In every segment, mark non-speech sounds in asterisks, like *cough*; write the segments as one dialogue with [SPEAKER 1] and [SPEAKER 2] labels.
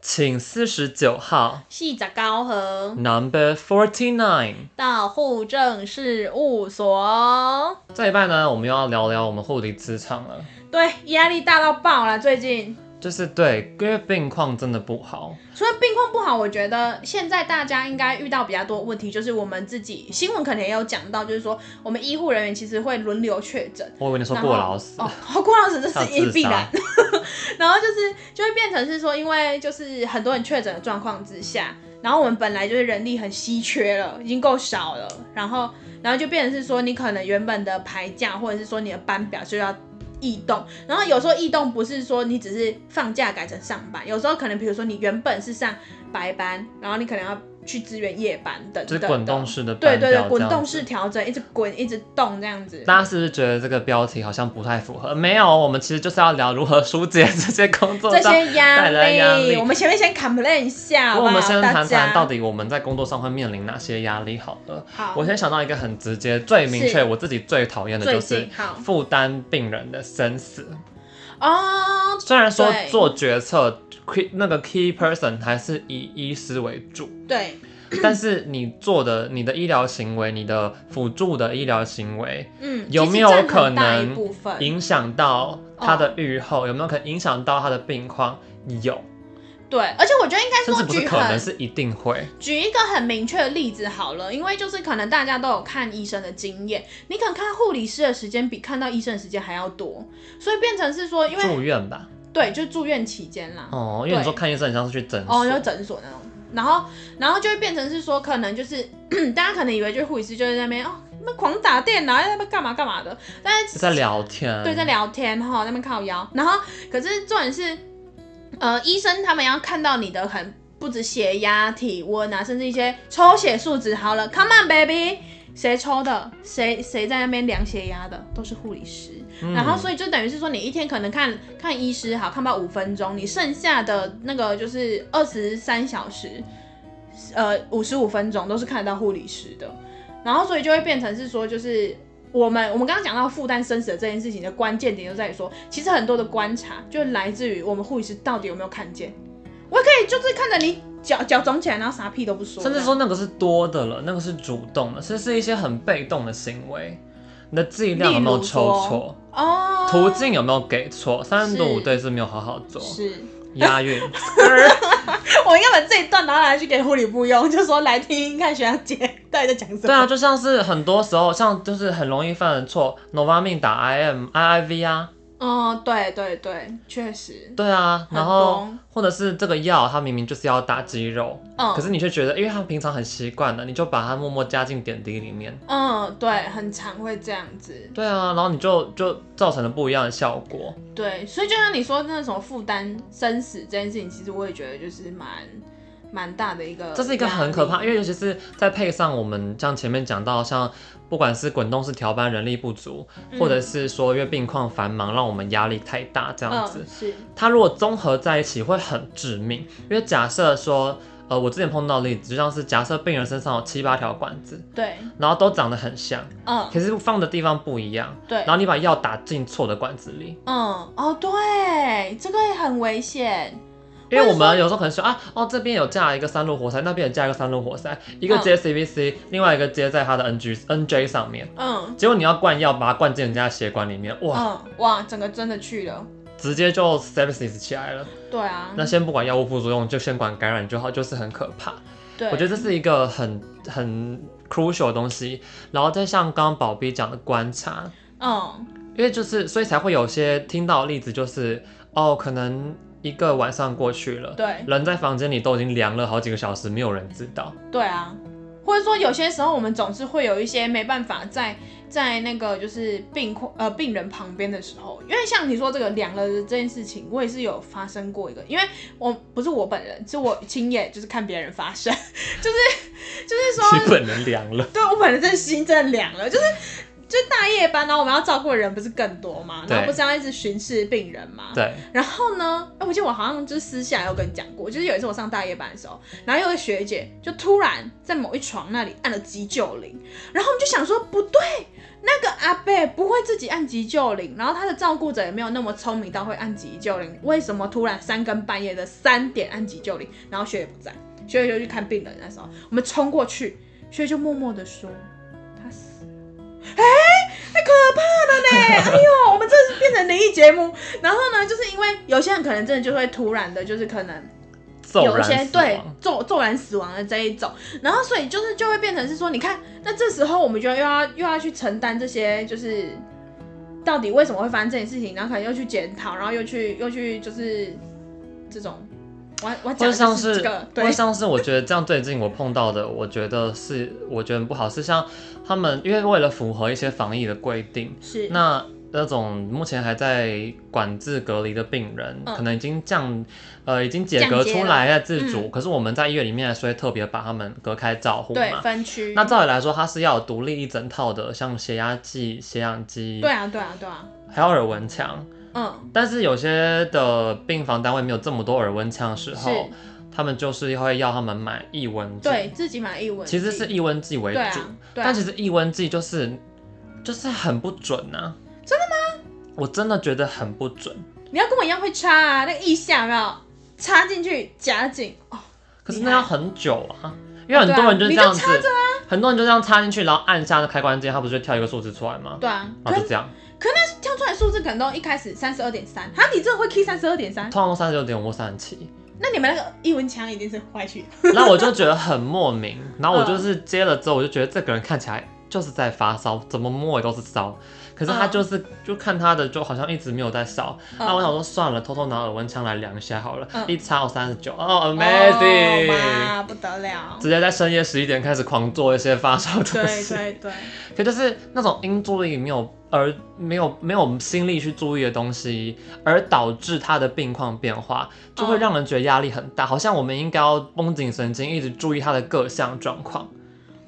[SPEAKER 1] 请四十九号
[SPEAKER 2] 四十九河
[SPEAKER 1] Number Forty Nine。
[SPEAKER 2] 到户政事务所。
[SPEAKER 1] 这一半呢，我们又要聊聊我们护理职场了。
[SPEAKER 2] 对，压力大到爆了，最近。
[SPEAKER 1] 就是对，因为病况真的不好，
[SPEAKER 2] 除了病况不好，我觉得现在大家应该遇到比较多问题，就是我们自己新闻可能也有讲到，就是说我们医护人员其实会轮流确诊，
[SPEAKER 1] 我以为你说
[SPEAKER 2] 然后
[SPEAKER 1] 过劳死，
[SPEAKER 2] 哦，郭老师这是一啊
[SPEAKER 1] 自
[SPEAKER 2] 必然
[SPEAKER 1] 杀。
[SPEAKER 2] 然后就是就会变成是说，因为就是很多人确诊的状况之下，然后我们本来就是人力很稀缺了，已经够少了，然后然后就变成是说，你可能原本的排假或者是说你的班表就要。异动，然后有时候异动不是说你只是放假改成上班，有时候可能比如说你原本是上白班，然后你可能要去支援夜班等
[SPEAKER 1] 就
[SPEAKER 2] 等
[SPEAKER 1] 是
[SPEAKER 2] 的，
[SPEAKER 1] 滚动式的
[SPEAKER 2] 对
[SPEAKER 1] 班
[SPEAKER 2] 对
[SPEAKER 1] 表
[SPEAKER 2] 对，
[SPEAKER 1] 这
[SPEAKER 2] 滚
[SPEAKER 1] 样
[SPEAKER 2] 动
[SPEAKER 1] 子
[SPEAKER 2] 式调整，一直滚一直动这样子。
[SPEAKER 1] 大家是不是觉得这个标题好像不太符合？没有，我们其实就是要聊如何疏解这些工作
[SPEAKER 2] 这
[SPEAKER 1] 上。
[SPEAKER 2] 些压
[SPEAKER 1] 带来
[SPEAKER 2] 力，
[SPEAKER 1] 压力
[SPEAKER 2] 我们前面先 complain 一下
[SPEAKER 1] 不过
[SPEAKER 2] 好不
[SPEAKER 1] 我
[SPEAKER 2] 好，
[SPEAKER 1] 们先谈
[SPEAKER 2] 啊大家
[SPEAKER 1] 谈到底我们在工作上会面临哪些压力好了。
[SPEAKER 2] 好，
[SPEAKER 1] 我先想到一个很直接、最明确，
[SPEAKER 2] 是
[SPEAKER 1] 我自己最讨厌的
[SPEAKER 2] 最
[SPEAKER 1] 就是
[SPEAKER 2] 近好
[SPEAKER 1] 负担病人的生死。
[SPEAKER 2] 哦，
[SPEAKER 1] 虽然说
[SPEAKER 2] 对
[SPEAKER 1] 做决策，key- 那个 key person 还是以医师为
[SPEAKER 2] *clears throat*
[SPEAKER 1] 主，
[SPEAKER 2] 对，
[SPEAKER 1] 但是你做的、你的医疗行为、你的辅助的医疗行为，
[SPEAKER 2] 嗯，
[SPEAKER 1] 有
[SPEAKER 2] 其实
[SPEAKER 1] 没有
[SPEAKER 2] 占很
[SPEAKER 1] 可
[SPEAKER 2] 大一
[SPEAKER 1] 能
[SPEAKER 2] 部分？
[SPEAKER 1] 影响到他的愈后，有没有可能影响到他的病况？有，
[SPEAKER 2] 对，而且我觉得应该
[SPEAKER 1] 甚
[SPEAKER 2] 说
[SPEAKER 1] 至不是
[SPEAKER 2] 举
[SPEAKER 1] 可能
[SPEAKER 2] 很
[SPEAKER 1] 是一定会。
[SPEAKER 2] 举一个很明确的例子好了，因为就是可能大家都有看医生的经验，你可能看护理师的时间比看到医生的时间还要多，所以变成是说，因为
[SPEAKER 1] 住院吧，
[SPEAKER 2] 对，就住院期间啦，
[SPEAKER 1] 哦，因为你
[SPEAKER 2] 对
[SPEAKER 1] 说看医生很像是去诊所，
[SPEAKER 2] 哦，就诊所那种。然后，然后就会变成是说，可能就是 *clears throat* 大家可能以为就是护理师就在那边哦，那边狂打电脑，在那边干嘛干嘛的，但是
[SPEAKER 1] 就在聊天，
[SPEAKER 2] 对，在聊天哈，在那边靠腰。然后，可是重点是，呃，医生他们要看到你的很不止血压、体温啊，甚至一些抽血数值。好了，Come on baby，谁抽的？谁谁在那边量血压的？都是护理师。
[SPEAKER 1] 嗯
[SPEAKER 2] 然后，所以就等于是说，你一天可能看看医师好看不到五分钟，你剩下的那个就是二十三小时，呃，五十五分钟都是看得到护理师的。然后，所以就会变成是说，就是我们我们刚刚讲到负担生死的这件事情的关键点就在于说，其实很多的观察就来自于我们护理师到底有没有看见。我也可以就是看着你脚脚肿起来，然后啥屁都不说，
[SPEAKER 1] 甚至说那个是多的了，那个是主动的，是是一些很被动的行为。你的剂量有没有抽
[SPEAKER 2] 例如说
[SPEAKER 1] 错？
[SPEAKER 2] 哦，
[SPEAKER 1] 途径有没有给错？三十度
[SPEAKER 2] 是
[SPEAKER 1] 对是没有好好做，
[SPEAKER 2] 是。
[SPEAKER 1] 押
[SPEAKER 2] *laughs*
[SPEAKER 1] 韵。 *laughs*
[SPEAKER 2] 我应该把这一段拿来去给护理部用，就说来听听看学长姐到底在讲什么。
[SPEAKER 1] 对啊，就像是很多时候，像就是很容易犯的错，Novamine 打 IM、IIV 啊，
[SPEAKER 2] 嗯，对对对，确实，
[SPEAKER 1] 对啊，
[SPEAKER 2] 很
[SPEAKER 1] 然后
[SPEAKER 2] 多
[SPEAKER 1] 或者是这个药，它明明就是要打肌肉，
[SPEAKER 2] 嗯，
[SPEAKER 1] 可是你却觉得，因为它平常很习惯了，你就把它默默加进点滴里面。
[SPEAKER 2] 嗯，对，很常会这样子，
[SPEAKER 1] 对啊，然后你就就造成了不一样的效果。
[SPEAKER 2] 对，所以就像你说那种负担生死这件事情，其实我也觉得就是蛮蛮大的一个，嗯
[SPEAKER 1] 这是一个很可怕，，因为尤其是再配上我们像前面讲到，像不管是滚动式调班人力不足，或者是说因为病况繁忙，让我们压力太大这
[SPEAKER 2] 这
[SPEAKER 1] 样子，
[SPEAKER 2] 是，
[SPEAKER 1] 它如果综合在一起会很致命。因为假设说，呃，我之前碰到的例子，就像是假设病人身上有七八条管子，
[SPEAKER 2] 对，
[SPEAKER 1] 然后都长得很像，
[SPEAKER 2] 嗯，
[SPEAKER 1] 可是放的地方不一样，
[SPEAKER 2] 对
[SPEAKER 1] 然，后你把药打进错的管子里，
[SPEAKER 2] 嗯，哦，对，这个也很危险，
[SPEAKER 1] 因为我们有时候可能说啊，哦这边有架一个三路活塞，那边有架一个三路活塞，一
[SPEAKER 2] 嗯
[SPEAKER 1] 个接 CVC，、另外一个接在它的 NG NJ 上面。
[SPEAKER 2] 嗯。
[SPEAKER 1] 结果你要灌药，把它灌进人家的血管里面，哇，
[SPEAKER 2] 嗯，哇，整个真的去了，
[SPEAKER 1] 直接就 sepsis 起来了。
[SPEAKER 2] 对啊，
[SPEAKER 1] 那先不管药物副作用，就先管感染就好，就是很可怕。
[SPEAKER 2] 对，
[SPEAKER 1] 我觉得这是一个很很 crucial 的东西。然后再像刚刚宝碧讲的观察，
[SPEAKER 2] 嗯，
[SPEAKER 1] 因为就是所以才会有些听到的例子，就是哦，可能一个晚上过去了，
[SPEAKER 2] 对，
[SPEAKER 1] 人在房间里都已经凉了好几个小时，没有人知道。
[SPEAKER 2] 对啊，或者说有些时候我们总是会有一些没办法在在那个就是病况呃病人旁边的时候，因为像你说这个凉了的这件事情，我也是有发生过一个，因为我不是我本人，是我亲眼就是看别人发生， *laughs* 就是就是说
[SPEAKER 1] 基本人凉了，
[SPEAKER 2] *laughs* 对我本人真的心真的凉了，就是。就是大夜班，然后我们要照顾的人不是更多吗？
[SPEAKER 1] 对
[SPEAKER 2] 然后不是要一直巡视病人吗？
[SPEAKER 1] 对，
[SPEAKER 2] 然后呢？哎、我记得我好像就是私下有跟你讲过，就是有一次我上大夜班的时候，然后有个学姐就突然在某一床那里按了急救铃，然后我们就想说不对，那个阿贝不会自己按急救铃，然后他的照顾者也没有那么聪明到会按急救铃，为什么突然三更半夜的三点按急救铃？然后学姐不在，学姐就去看病人，那时候我们冲过去，学姐就默默的说他死了，哎、太可怕了呢！哎 *laughs* 呦，我们这是变成灵异节目。然后呢，就是因为有些人可能真的就会突然的，就是可能
[SPEAKER 1] 骤
[SPEAKER 2] 有一
[SPEAKER 1] 然
[SPEAKER 2] 些
[SPEAKER 1] 死
[SPEAKER 2] 对
[SPEAKER 1] 亡。
[SPEAKER 2] 骤骤然死亡的这一种，然后所以就是就会变成是说，你看，那这时候我们就又要又要去承担这些，就是到底为什么会发生这件事情，然后可能又去检讨，然后又去又去就是这种，我我
[SPEAKER 1] 或
[SPEAKER 2] 讲
[SPEAKER 1] 者
[SPEAKER 2] 的
[SPEAKER 1] 像
[SPEAKER 2] 就是
[SPEAKER 1] 是
[SPEAKER 2] 这个，，
[SPEAKER 1] 或
[SPEAKER 2] 对
[SPEAKER 1] 者，像是我觉得这样最近我碰到的，我觉得是我觉得很不好，是像他们因为为了符合一些防疫的规定，
[SPEAKER 2] 是
[SPEAKER 1] 那那种目前还在管制隔离的病人，
[SPEAKER 2] 嗯
[SPEAKER 1] 可能已经降，呃，已经解
[SPEAKER 2] 降
[SPEAKER 1] 隔
[SPEAKER 2] 阶
[SPEAKER 1] 出
[SPEAKER 2] 了
[SPEAKER 1] 来在自
[SPEAKER 2] 嗯
[SPEAKER 1] 主，可是我们在医院里面还是会特别把他们隔开照护
[SPEAKER 2] 对
[SPEAKER 1] 嘛。
[SPEAKER 2] 分区，
[SPEAKER 1] 那照理来说，它是要有独立一整套的，像血压计、血氧机，
[SPEAKER 2] 对啊对啊对啊，
[SPEAKER 1] 还有耳温枪。
[SPEAKER 2] 嗯，
[SPEAKER 1] 但是有些的病房单位没有这么多耳温枪的时候
[SPEAKER 2] 是，
[SPEAKER 1] 他们就是会要他们买抑温剂，
[SPEAKER 2] 对自己买一文，
[SPEAKER 1] 其实是抑温剂为主，
[SPEAKER 2] 对啊，对啊
[SPEAKER 1] 但其实抑温剂就是就是很不准啊。真的吗？我真的觉得很不准。
[SPEAKER 2] 你要跟我一样会插啊，那个腋下有没有插进去夹紧哦，
[SPEAKER 1] 可是
[SPEAKER 2] 厉
[SPEAKER 1] 那
[SPEAKER 2] 害
[SPEAKER 1] 要很久啊，因为很多人就是这样子，
[SPEAKER 2] 对啊你就插
[SPEAKER 1] 很多人就这样插进去，然后按下那开关键，它不是就跳一个数字出来吗？
[SPEAKER 2] 对啊，
[SPEAKER 1] 然
[SPEAKER 2] 可
[SPEAKER 1] 后就这样，
[SPEAKER 2] 可那跳出来数字可能都一开始三十二点三，哈，你真的会 key 三十二点三？
[SPEAKER 1] 通常三十六点五三七，
[SPEAKER 2] 那你们那个一文强一定是歪曲的， *laughs*
[SPEAKER 1] 那我就觉得很莫名。然后我就是接了之后，我就觉得这个人看起来就是在发烧，怎么摸也都是烧。可是他
[SPEAKER 2] 嗯
[SPEAKER 1] 就是、就看他的，就好像一直没有在烧。那、我想说算了，偷偷拿耳温枪来量一下好了，
[SPEAKER 2] 嗯 Oh
[SPEAKER 1] 一插我三十九，哦
[SPEAKER 2] 哦
[SPEAKER 1] ，amazing！、
[SPEAKER 2] 哇，不得了，
[SPEAKER 1] 直接在深夜十一点开始狂做一些发烧的
[SPEAKER 2] 对
[SPEAKER 1] 事，
[SPEAKER 2] 对对，
[SPEAKER 1] 可就是那种因注意力没有而没有没有心力去注意的东西，而导致他的病况变化，就会
[SPEAKER 2] 嗯
[SPEAKER 1] 让人觉得压力很大，好像我们应该要绷紧神经，一直注意他的各项状况。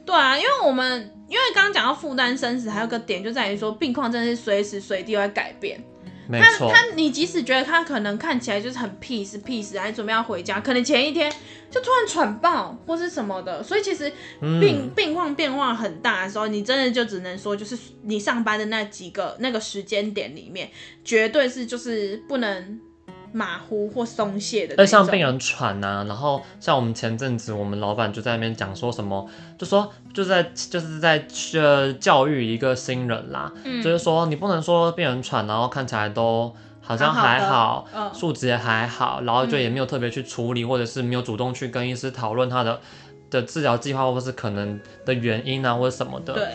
[SPEAKER 2] 对啊，因为我们因为刚刚讲到负担生死，还有个点就在于说病况真的是随时随地会改变。
[SPEAKER 1] 没
[SPEAKER 2] 他
[SPEAKER 1] 错，
[SPEAKER 2] 他，你即使觉得他可能看起来就是很 peace peace，还准备要回家，可能前一天就突然喘爆或是什么的，所以其实病、
[SPEAKER 1] 嗯，
[SPEAKER 2] 病况变化很大的时候，你真的就只能说，就是你上班的那几个那个时间点里面，绝对是就是不能马虎或松懈的那
[SPEAKER 1] 那
[SPEAKER 2] 种。
[SPEAKER 1] 像病人喘呐、然后像我们前阵子我们老板就在那边讲说什么，就说就在就是在呃教育一个新人啦，
[SPEAKER 2] 嗯
[SPEAKER 1] 就是说你不能说病人喘，然后看起来都好像还
[SPEAKER 2] 好
[SPEAKER 1] 好，
[SPEAKER 2] 嗯，
[SPEAKER 1] 数值也还好，然后就
[SPEAKER 2] 嗯
[SPEAKER 1] 也没有特别去处理，或者是没有主动去跟医师讨论他的的治疗计划，或是可能的原因啊，或者什么的。
[SPEAKER 2] 对，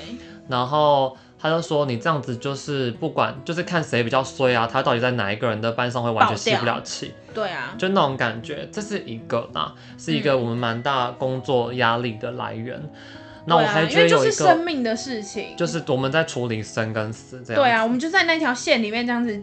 [SPEAKER 1] 然后他就说你这样子就是不管就是看谁比较衰啊，他到底在哪一个人的班上会完全吸不
[SPEAKER 2] 爆掉
[SPEAKER 1] 了气，
[SPEAKER 2] 对啊，
[SPEAKER 1] 就那种感觉，这是一个啦，是一个
[SPEAKER 2] 嗯
[SPEAKER 1] 我们蛮大工作压力的来源。那我
[SPEAKER 2] 对
[SPEAKER 1] 还
[SPEAKER 2] 啊，因
[SPEAKER 1] 觉得
[SPEAKER 2] 为就
[SPEAKER 1] 有一
[SPEAKER 2] 是生
[SPEAKER 1] 个。
[SPEAKER 2] 命的事情，
[SPEAKER 1] 就是我们在处理生跟死这样，
[SPEAKER 2] 对啊，我们就在那条线里面这样子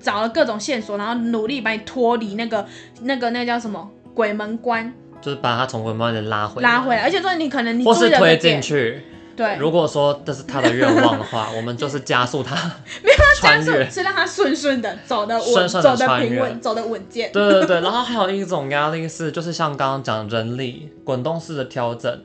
[SPEAKER 2] 找了各种线索，然后努力把你脱离那个那个那个叫什么鬼门关
[SPEAKER 1] 就是把他从鬼门关里拉回
[SPEAKER 2] 拉回来，而且说你可能你
[SPEAKER 1] 或
[SPEAKER 2] 注
[SPEAKER 1] 是
[SPEAKER 2] 意了个
[SPEAKER 1] 推进
[SPEAKER 2] 点，
[SPEAKER 1] 去，
[SPEAKER 2] 对，
[SPEAKER 1] 如果说这是他的愿望的
[SPEAKER 2] *laughs*
[SPEAKER 1] 话，我们就是加速他
[SPEAKER 2] 加
[SPEAKER 1] 穿
[SPEAKER 2] 速
[SPEAKER 1] 越。
[SPEAKER 2] 是让它顺顺的走的
[SPEAKER 1] 顺
[SPEAKER 2] 稳，
[SPEAKER 1] 顺地
[SPEAKER 2] 走的
[SPEAKER 1] 穿
[SPEAKER 2] 平
[SPEAKER 1] 越
[SPEAKER 2] 稳，走的稳健。
[SPEAKER 1] 对对对，然后还有一种压力是，就是像刚刚讲人力滚动式的调整，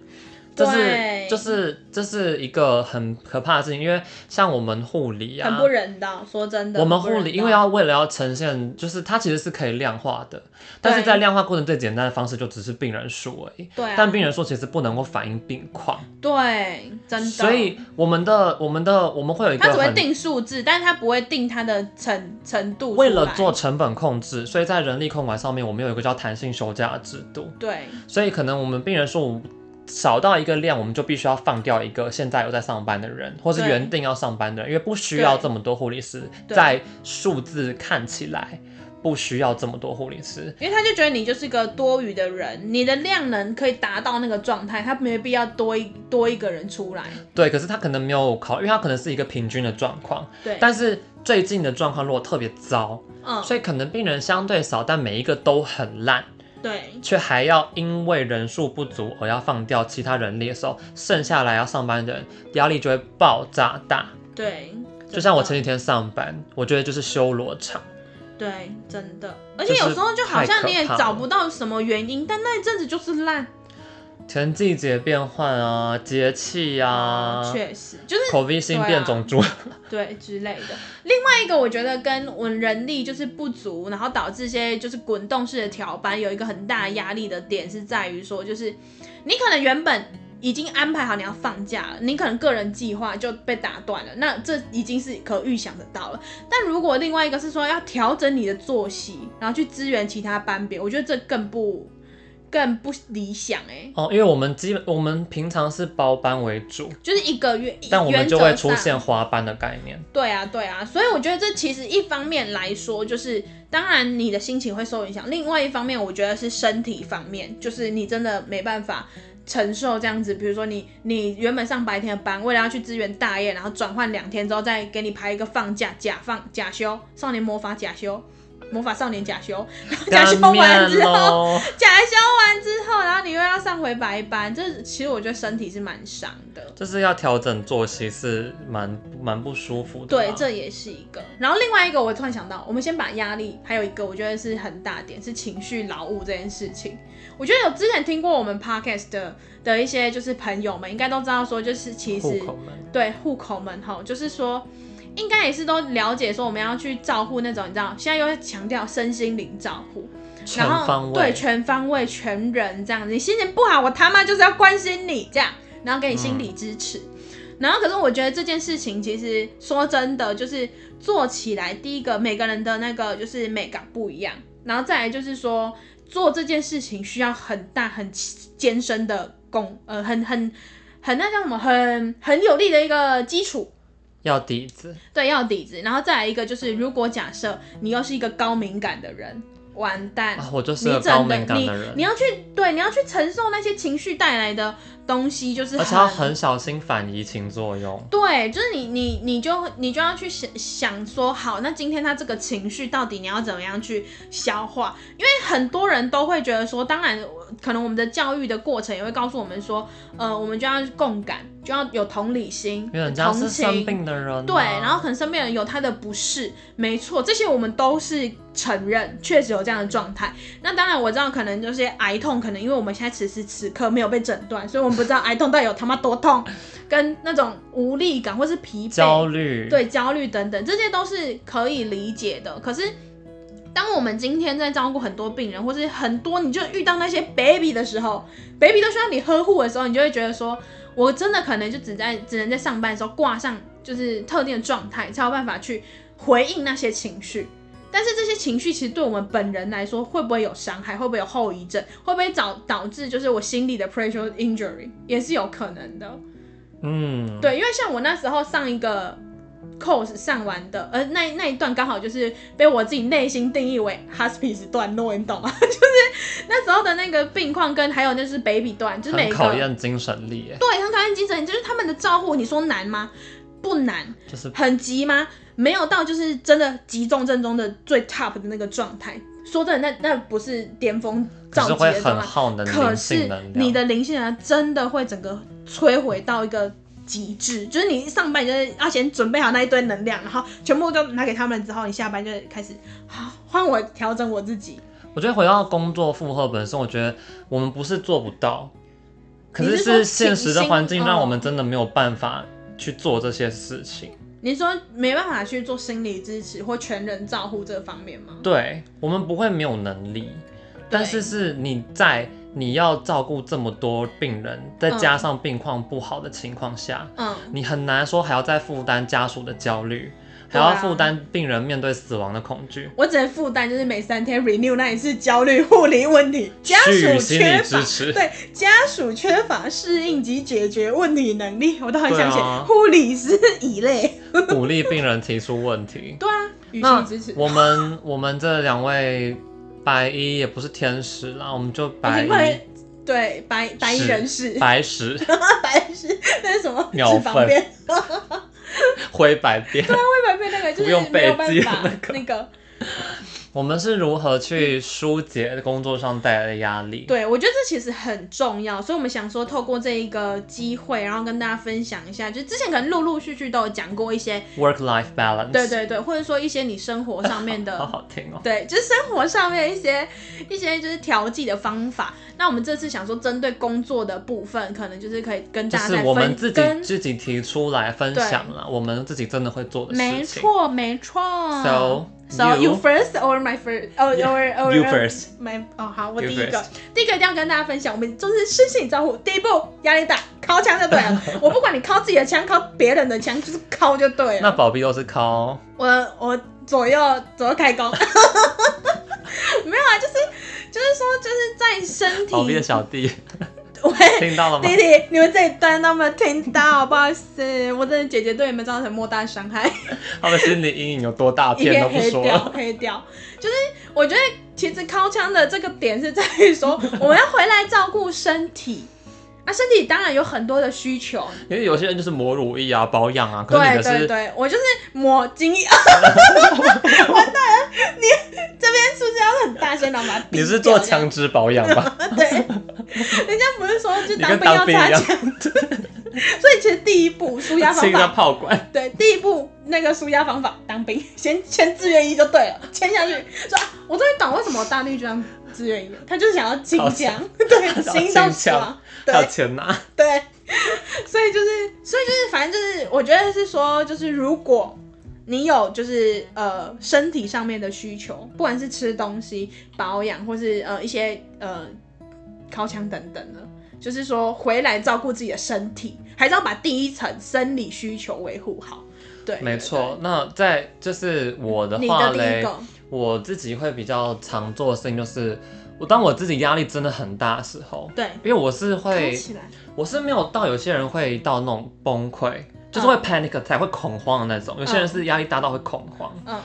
[SPEAKER 1] 这是
[SPEAKER 2] 对
[SPEAKER 1] 就是这是一个很可怕的事情，因为像我们护理
[SPEAKER 2] 很
[SPEAKER 1] 啊
[SPEAKER 2] 不，人道，说真的。
[SPEAKER 1] 我们
[SPEAKER 2] 很不
[SPEAKER 1] 护
[SPEAKER 2] 人
[SPEAKER 1] 理
[SPEAKER 2] 道
[SPEAKER 1] 因为要为了要呈现，就是它其实是可以量化的，但是
[SPEAKER 2] 对
[SPEAKER 1] 在量化过程最简单的方式就只是病人数而已，
[SPEAKER 2] 对、啊，
[SPEAKER 1] 但病人数其实不能够反映病况，
[SPEAKER 2] 对真的，
[SPEAKER 1] 所以我们的我们的我们会有一个
[SPEAKER 2] 他只会
[SPEAKER 1] 很
[SPEAKER 2] 定数字，但是他不会定他的程程度出来。
[SPEAKER 1] 为了做成本控制，所以在人力控管上面，我们有一个叫弹性休假的制度。
[SPEAKER 2] 对
[SPEAKER 1] 所以可能我们病人数少到一个量，我们就必须要放掉一个现在有在上班的人，或是
[SPEAKER 2] 对
[SPEAKER 1] 原定要上班的人，因为不需要
[SPEAKER 2] 对
[SPEAKER 1] 这么多护理师。
[SPEAKER 2] 对
[SPEAKER 1] 在数字看起来不需要这么多护理师，
[SPEAKER 2] 因为他就觉得你就是个多余的人，你的量能可以达到那个状态，他没必要多一多一个人出来。
[SPEAKER 1] 对。可是他可能没有考，因为他可能是一个平均的状况，
[SPEAKER 2] 对，
[SPEAKER 1] 但是。最近的状况如果特别糟，
[SPEAKER 2] 嗯，
[SPEAKER 1] 所以可能病人相对少，但每一个都很烂，
[SPEAKER 2] 对
[SPEAKER 1] 却还要因为人数不足而要放掉其他人力的时候，剩下来要上班的人压力就会爆炸大。
[SPEAKER 2] 对，
[SPEAKER 1] 就像我前
[SPEAKER 2] 真的
[SPEAKER 1] 几天上班，我觉得就是修罗场，
[SPEAKER 2] 对真的，而
[SPEAKER 1] 就
[SPEAKER 2] 且
[SPEAKER 1] 是
[SPEAKER 2] 有时候就好
[SPEAKER 1] 太
[SPEAKER 2] 像
[SPEAKER 1] 可
[SPEAKER 2] 你也
[SPEAKER 1] 怕
[SPEAKER 2] 找
[SPEAKER 1] 了
[SPEAKER 2] 不到什么原因，但那一阵子就是烂，
[SPEAKER 1] 前季节变换啊，节气啊，
[SPEAKER 2] 确实就是
[SPEAKER 1] 口鼻性变种株，
[SPEAKER 2] 对啊之类的。另外一个，我觉得跟我们人力就是不足，然后导致一些就是滚动式的调班有一个很大的压力的点是在于说，就是你可能原本已经安排好你要放假了，你可能个人计划就被打断了，那这已经是可预想得到了。但如果另外一个是说要调整你的作息，然后去支援其他班别，我觉得这更不更不理想哎、
[SPEAKER 1] 哦，因为我们基本我们平常是包班为主，
[SPEAKER 2] 就是一个月，
[SPEAKER 1] 但我们
[SPEAKER 2] 原
[SPEAKER 1] 就会
[SPEAKER 2] 则
[SPEAKER 1] 出
[SPEAKER 2] 上
[SPEAKER 1] 现花班的概念。
[SPEAKER 2] 对啊，对啊，所以我觉得这其实一方面来说，就是当然你的心情会受影响，另外一方面我觉得是身体方面，就是你真的没办法承受这样子，比如说你你原本上白天的班，为了要去支援大夜，然后转换两天之后再给你排一个放假假放假休，少年魔法假休。魔法少年假休，然后假休
[SPEAKER 1] 干
[SPEAKER 2] 完之
[SPEAKER 1] 面
[SPEAKER 2] 后，
[SPEAKER 1] 咯，
[SPEAKER 2] 假休完之后，然后你又要上回白班，这其实我觉得身体是蛮伤的。
[SPEAKER 1] 就是要调整作息是蛮蛮不舒服的
[SPEAKER 2] 对
[SPEAKER 1] 啦。，
[SPEAKER 2] 这也是一个。然后另外一个，我突然想到，我们先把压力，还有一个我觉得是很大点，是情绪劳务这件事情。我觉得有之前听过我们 podcast 的的一些就是朋友们，应该都知道说，就是其
[SPEAKER 1] 户
[SPEAKER 2] 实
[SPEAKER 1] 口们
[SPEAKER 2] 对户口们吼，就是说。应该也是都了解说我们要去照顾那种，你知道，现在又在强调身心灵照顾，
[SPEAKER 1] 全
[SPEAKER 2] 然后
[SPEAKER 1] 方
[SPEAKER 2] 对
[SPEAKER 1] 位，
[SPEAKER 2] 全方位全人这样子，你心情不好，我他妈就是要关心你这样，然后给你心理支持。
[SPEAKER 1] 嗯
[SPEAKER 2] 然后可是我觉得这件事情其实说真的，就是做起来，第一个每个人的那个就是美感不一样，然后再来就是说做这件事情需要很大很艰深的功，呃，很很很那叫什么，很很有力的一个基础。
[SPEAKER 1] 要底子，
[SPEAKER 2] 对，要有底子，然后再来一个就是，
[SPEAKER 1] 嗯
[SPEAKER 2] 如果假设你又是一个高敏感的人，完蛋，
[SPEAKER 1] 啊我就是
[SPEAKER 2] 你
[SPEAKER 1] 个
[SPEAKER 2] 整
[SPEAKER 1] 高
[SPEAKER 2] 个
[SPEAKER 1] 敏感
[SPEAKER 2] 你
[SPEAKER 1] 的人
[SPEAKER 2] 你要去对，你要去承受那些情绪带来的东西，就是
[SPEAKER 1] 而且要很小心反移情作用。
[SPEAKER 2] 对，就是你你你就你就要去想想说，好，那今天他这个情绪到底你要怎么样去消化？因为很多人都会觉得说，当然可能我们的教育的过程也会告诉我们说，呃，我们就要共感，就要有同理心、
[SPEAKER 1] 因为人家
[SPEAKER 2] 同
[SPEAKER 1] 是生
[SPEAKER 2] 情。
[SPEAKER 1] 病的人啊、
[SPEAKER 2] 对，然后可能身边人有他的不适，没错，这些我们都是承认，确实有这样的状态。那当然我知道，可能就是癌痛，可能因为我们现在此时此刻没有被诊断，所以我们不知道 *laughs* 癌痛到底有他妈多痛，跟那种无力感或是疲
[SPEAKER 1] 焦
[SPEAKER 2] 惫，
[SPEAKER 1] 虑，
[SPEAKER 2] 对焦虑等等，这些都是可以理解的。可是。当我们今天在照顾很多病人，或是很多你就遇到那些 baby 的时候，baby 都需要你呵护的时候，你就会觉得说，我真的可能就只在只能在上班的时候挂上就是特定的状态，才有办法去回应那些情绪。但是这些情绪其实对我们本人来说，会不会有伤害？会不会有后遗症？会不会导导致就是我心里的 pressure injury 也是有可能的。
[SPEAKER 1] 嗯，
[SPEAKER 2] 对，因为像我那时候上一个 course 上完的，呃，那那一段刚好就是被我自己内心定义为 hospice 段落，你懂吗？ *laughs* 就是那时候的那个病况跟还有就是 baby 段，就是每
[SPEAKER 1] 很
[SPEAKER 2] 一个
[SPEAKER 1] 考验精神力耶，
[SPEAKER 2] 对，很考验精神，就是他们的照顾，你说难吗？不难，
[SPEAKER 1] 就是
[SPEAKER 2] 很急吗？没有到就是真的急中正中的最 top 的那个状态。说真的，那那不是巅峰
[SPEAKER 1] 可
[SPEAKER 2] 造
[SPEAKER 1] 是
[SPEAKER 2] 极
[SPEAKER 1] 会
[SPEAKER 2] 的
[SPEAKER 1] 很
[SPEAKER 2] 状态，
[SPEAKER 1] 耗能
[SPEAKER 2] 可
[SPEAKER 1] 灵
[SPEAKER 2] 是
[SPEAKER 1] 性能量。
[SPEAKER 2] 你的灵性能量真的会整个摧毁到一个极致，就是你一上班就是要先准备好那一堆能量，然后全部都拿给他们之后，你下班就开始好换我调整我自己。
[SPEAKER 1] 我觉得回到工作负荷本身，我觉得我们不是做不到，可
[SPEAKER 2] 你
[SPEAKER 1] 是
[SPEAKER 2] 是说
[SPEAKER 1] 是现实的环境
[SPEAKER 2] 情
[SPEAKER 1] 让我们真的没有办法去做这些事情。
[SPEAKER 2] 你说没办法去做心理支持或全人照护这方面吗？
[SPEAKER 1] 对我们不会没有能力，但是是你在你要照顾这么多病人，再加上病况不好的情况下，
[SPEAKER 2] 嗯，
[SPEAKER 1] 你很难说还要再负担家属的焦虑，还
[SPEAKER 2] 对啊
[SPEAKER 1] 要负担病人面对死亡的恐惧。
[SPEAKER 2] 我只能负担就是每三天 renew 那一次焦虑护理问题，家
[SPEAKER 1] 予
[SPEAKER 2] 属
[SPEAKER 1] 心理
[SPEAKER 2] 缺
[SPEAKER 1] 支
[SPEAKER 2] 乏
[SPEAKER 1] 持，
[SPEAKER 2] 对家属缺乏适应及解决问题能力，我都很想写
[SPEAKER 1] 对啊
[SPEAKER 2] 护理师乙类。
[SPEAKER 1] 鼓励病人提出问题。
[SPEAKER 2] 对啊，语
[SPEAKER 1] 那
[SPEAKER 2] 气支持。
[SPEAKER 1] 我们我们这两位白衣也不是天使啦，我们就白
[SPEAKER 2] 我们
[SPEAKER 1] 衣
[SPEAKER 2] 对白白衣人士，啊
[SPEAKER 1] 白石 *laughs*
[SPEAKER 2] 白是那是什么？
[SPEAKER 1] 鸟
[SPEAKER 2] 翅膀边，
[SPEAKER 1] 灰白边，
[SPEAKER 2] 灰白边那个就是
[SPEAKER 1] 不用
[SPEAKER 2] 没有
[SPEAKER 1] 背
[SPEAKER 2] 办
[SPEAKER 1] 记
[SPEAKER 2] 法
[SPEAKER 1] 那个
[SPEAKER 2] 那个。
[SPEAKER 1] 我们是如何去疏解工作上带来的压力？
[SPEAKER 2] 对，我觉得这其实很重要，所以我们想说，透过这一个机会，然后跟大家分享一下，就之前可能陆陆续续都有讲过一些，
[SPEAKER 1] ，work life balance，
[SPEAKER 2] 对，对对，或者说一些你生活上面
[SPEAKER 1] 好 *laughs*
[SPEAKER 2] 的，
[SPEAKER 1] 好听哦。
[SPEAKER 2] 对，就是生活上面一些一些就是调剂的方法。那我们这次想说，针对工作的部分，可能就是可以跟
[SPEAKER 1] 就
[SPEAKER 2] 大家
[SPEAKER 1] 是
[SPEAKER 2] 再
[SPEAKER 1] 我们
[SPEAKER 2] 分
[SPEAKER 1] 自己
[SPEAKER 2] 跟，
[SPEAKER 1] 自己提出来分
[SPEAKER 2] 对
[SPEAKER 1] 享了，我们自己真的会做的事情。
[SPEAKER 2] 没错没错。
[SPEAKER 1] So
[SPEAKER 2] So you
[SPEAKER 1] you-
[SPEAKER 2] first or my first? Oh, or or
[SPEAKER 1] You first.
[SPEAKER 2] My 哦，好，我
[SPEAKER 1] You
[SPEAKER 2] 第一个
[SPEAKER 1] first.，
[SPEAKER 2] 第一个一定要跟大家分享，我们就是深信招呼。第一步，压力大，敲枪就
[SPEAKER 1] *laughs*
[SPEAKER 2] 对了。我不管你敲自己的枪，敲别人的枪，就是敲就对啊
[SPEAKER 1] 那
[SPEAKER 2] 了。
[SPEAKER 1] 宝碧都是靠
[SPEAKER 2] 我我左右左右开弓， *laughs* 没有啊，就是就是说就是在身
[SPEAKER 1] 宝碧的
[SPEAKER 2] 体，
[SPEAKER 1] 小
[SPEAKER 2] *laughs*
[SPEAKER 1] 弟，
[SPEAKER 2] 喂，
[SPEAKER 1] 听到了吗
[SPEAKER 2] 弟？弟，你们这一段都没有听到，不好意思，我真的姐姐对你们造成莫大伤害。
[SPEAKER 1] 他的心理阴影有多大
[SPEAKER 2] 一
[SPEAKER 1] 片
[SPEAKER 2] 片
[SPEAKER 1] 都不
[SPEAKER 2] 黑
[SPEAKER 1] 说
[SPEAKER 2] 掉，
[SPEAKER 1] 了。
[SPEAKER 2] 黑掉。就是我觉得其实靠枪的这个点是在
[SPEAKER 1] *laughs*
[SPEAKER 2] 于说，我们要回来照顾身体。啊，身体当然有很多的需求，
[SPEAKER 1] 因为有些人就是抹乳液啊、保养啊，可是你
[SPEAKER 2] 对
[SPEAKER 1] 的
[SPEAKER 2] 对
[SPEAKER 1] 是
[SPEAKER 2] 对，我就是抹
[SPEAKER 1] *laughs*
[SPEAKER 2] 精液，完蛋了，你这边是不是要很大声，然后把它
[SPEAKER 1] 你
[SPEAKER 2] 逼
[SPEAKER 1] 是做
[SPEAKER 2] 掉这样
[SPEAKER 1] 枪支保养吧？
[SPEAKER 2] *laughs* 对，人家不是说就
[SPEAKER 1] 你
[SPEAKER 2] 当
[SPEAKER 1] 跟
[SPEAKER 2] 兵要
[SPEAKER 1] 当兵
[SPEAKER 2] 擦
[SPEAKER 1] 一样
[SPEAKER 2] 枪，， *laughs* 所以其实第一
[SPEAKER 1] *laughs*
[SPEAKER 2] 步舒压方
[SPEAKER 1] 亲
[SPEAKER 2] 法
[SPEAKER 1] 到炮管。
[SPEAKER 2] 对，第一步那个舒压方法，当兵， *laughs* 先签志愿役就对
[SPEAKER 1] *laughs*
[SPEAKER 2] 了，签下去说、啊，我终于懂为什么我大绿居然志愿役了，他就是想要清
[SPEAKER 1] 好
[SPEAKER 2] 江， *laughs* 对，
[SPEAKER 1] 想要
[SPEAKER 2] 清到
[SPEAKER 1] 清江
[SPEAKER 2] 爽，
[SPEAKER 1] 还有
[SPEAKER 2] 对
[SPEAKER 1] 钱拿，
[SPEAKER 2] *laughs* 对，所以就是，所以就是，反正就是，我觉得是说，就是如果你有就是呃身体上面的需求，不管是吃东西、保养，或是呃一些呃烤枪等等的，就是说回来照顾自己的身体，还是要把第一层生理需求维护好。对，
[SPEAKER 1] 没错。那在就是我的
[SPEAKER 2] 对。对你
[SPEAKER 1] 话
[SPEAKER 2] 的第一
[SPEAKER 1] 嘞，
[SPEAKER 2] 个，
[SPEAKER 1] 我自己会比较常做的事情就是，我当我自己压力真的很大的时候，
[SPEAKER 2] 对，
[SPEAKER 1] 因为我是会
[SPEAKER 2] 烤，起来，
[SPEAKER 1] 我是没有到有些人会到那种崩溃，就是
[SPEAKER 2] 嗯
[SPEAKER 1] 会 panic attack 会恐慌的那种，有些人是压力大到会恐慌。
[SPEAKER 2] 嗯，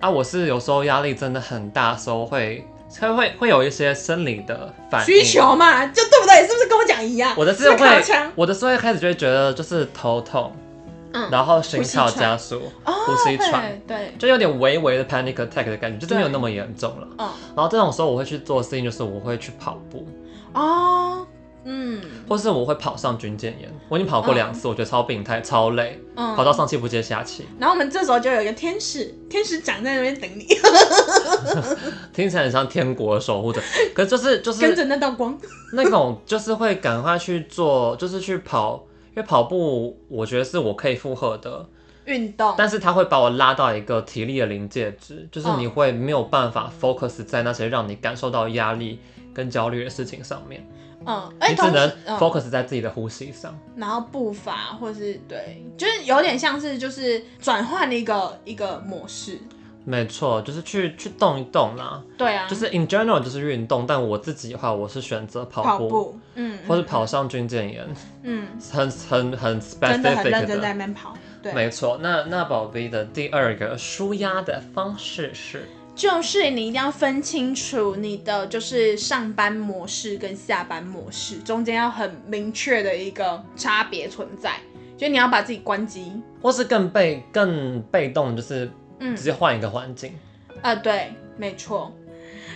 [SPEAKER 1] 啊，我是有时候压力真的很大的时候会，会会会有一些生理的反应
[SPEAKER 2] 需。求嘛，就对不对？是不是跟我讲一样？
[SPEAKER 1] 我的
[SPEAKER 2] 是
[SPEAKER 1] 是
[SPEAKER 2] 不是烤
[SPEAKER 1] 会
[SPEAKER 2] 枪，，
[SPEAKER 1] 我的是会开始就会觉得就是头痛，
[SPEAKER 2] 嗯，
[SPEAKER 1] 然后心
[SPEAKER 2] 呼吸
[SPEAKER 1] 跳
[SPEAKER 2] 喘
[SPEAKER 1] 加速，
[SPEAKER 2] 哦，
[SPEAKER 1] 呼吸
[SPEAKER 2] 会
[SPEAKER 1] 喘，
[SPEAKER 2] 对，
[SPEAKER 1] 就有点微微的 panic attack 的感觉，就是没有
[SPEAKER 2] 对
[SPEAKER 1] 那么严重了。
[SPEAKER 2] 嗯。
[SPEAKER 1] 然后这种时候我会去做的事情就是我会去跑步，
[SPEAKER 2] 哦，嗯
[SPEAKER 1] 或是我会跑上军舰岩。我已经跑过两次，我觉得超病态，超累，
[SPEAKER 2] 哦嗯，
[SPEAKER 1] 跑到上气不接下气，
[SPEAKER 2] 然后我们这时候就有一个天使，天使长在那边等你，
[SPEAKER 1] 听起来很像天国的守护者。可是就是就
[SPEAKER 2] 跟
[SPEAKER 1] 是
[SPEAKER 2] 着那道光。
[SPEAKER 1] 那种就是会赶快去做，就是去跑。因为跑步，我觉得是我可以负荷的，
[SPEAKER 2] 运动，
[SPEAKER 1] 但是它会把我拉到一个体力的临界值，就是
[SPEAKER 2] 嗯
[SPEAKER 1] 你会没有办法 focus 在那些让你感受到压力跟焦虑的事情上面，
[SPEAKER 2] 嗯，哎，
[SPEAKER 1] 你只
[SPEAKER 2] 同
[SPEAKER 1] 能
[SPEAKER 2] 时，嗯，
[SPEAKER 1] focus 在自己的呼吸上。
[SPEAKER 2] 然后步伐或是对，就是有点像是就是转换了一个一个模式，
[SPEAKER 1] 没错，就是去去动一动啦，
[SPEAKER 2] 对啊，
[SPEAKER 1] 就是 in general 就是运动，但我自己的话，我是选择跑步，
[SPEAKER 2] 跑步，嗯，
[SPEAKER 1] 或是跑上军舰岩，
[SPEAKER 2] 嗯，
[SPEAKER 1] 很很很
[SPEAKER 2] 嗯，真的很
[SPEAKER 1] specific
[SPEAKER 2] 认真在那边跑，对，
[SPEAKER 1] 没错，那那宝贝的第二个舒压的方式是，
[SPEAKER 2] 就是你一定要分清楚你的就是上班模式跟下班模式中间要很明确的一个差别存在，就你要把自己关机，
[SPEAKER 1] 或是更被更被动，就是
[SPEAKER 2] 嗯
[SPEAKER 1] 直接换一个环境。
[SPEAKER 2] 啊，对，没错，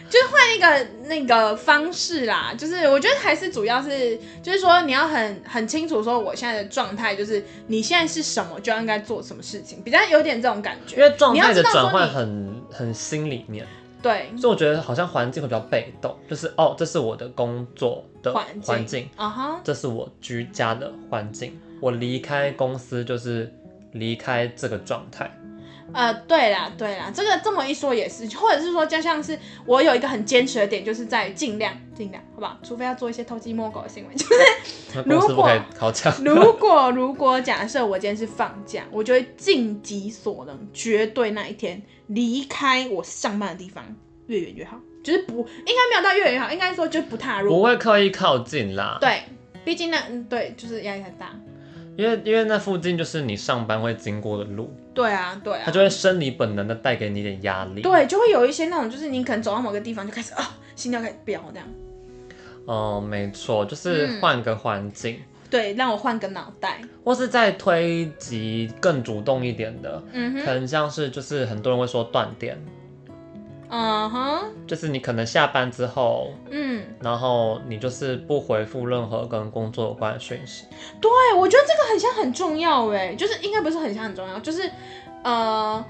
[SPEAKER 2] 就是换一个那个方式啦。就是我觉得还是主要是，就是说你要很很清楚说我现在的状态，就是你现在是什么就应该做什么事情，比较有点这种感
[SPEAKER 1] 因
[SPEAKER 2] 觉。
[SPEAKER 1] 为状态的转
[SPEAKER 2] 你要
[SPEAKER 1] 换
[SPEAKER 2] 知道
[SPEAKER 1] 很很心里面，
[SPEAKER 2] 对，
[SPEAKER 1] 所以我觉得好像环境会比较被动，就是哦，这是我的工作的
[SPEAKER 2] 环境
[SPEAKER 1] 环境，
[SPEAKER 2] 啊哈，
[SPEAKER 1] 这是我居家的环境，我离开公司就是离开这个状态。
[SPEAKER 2] 呃，对啦，对啦，这个这么一说也是，或者是说，就像是我有一个很坚持的点，就是在于尽量尽量，好不好？除非要做一些偷鸡摸狗的行为， *laughs* 就是
[SPEAKER 1] 那
[SPEAKER 2] 如
[SPEAKER 1] 公司不
[SPEAKER 2] 果
[SPEAKER 1] 可以考枪，
[SPEAKER 2] 如果如果假设我今天是放假，我就会尽己所能，绝对那一天离开我上班的地方越远越好，就是不应该没有到越远越好，应该说就不踏
[SPEAKER 1] *laughs* 不
[SPEAKER 2] 入。
[SPEAKER 1] 会刻意靠近啦。，
[SPEAKER 2] 对，毕竟那嗯对就是压力很大。
[SPEAKER 1] 因为因为那附近就是你上班会经过的路，
[SPEAKER 2] 对啊，对
[SPEAKER 1] 它
[SPEAKER 2] 啊，
[SPEAKER 1] 就会生理本能的带给你一点压力。，
[SPEAKER 2] 对，就会有一些那种，就是你可能走到某个地方就开始啊、心跳开始飙这样。
[SPEAKER 1] 嗯，没错，就是
[SPEAKER 2] 嗯
[SPEAKER 1] 换个环境，
[SPEAKER 2] 对，让我换个脑袋。
[SPEAKER 1] 或是再推及更主动一点的，
[SPEAKER 2] 嗯
[SPEAKER 1] 可
[SPEAKER 2] 哼，
[SPEAKER 1] 能像是就是很多人会说断电，
[SPEAKER 2] 嗯哼，
[SPEAKER 1] 就是你可能下班之后，
[SPEAKER 2] 嗯，
[SPEAKER 1] 然后你就是不回复任何跟工作有关的讯息。
[SPEAKER 2] 对，我觉得这个很像很重要哎，就是应该不是很像很重要，就是呃，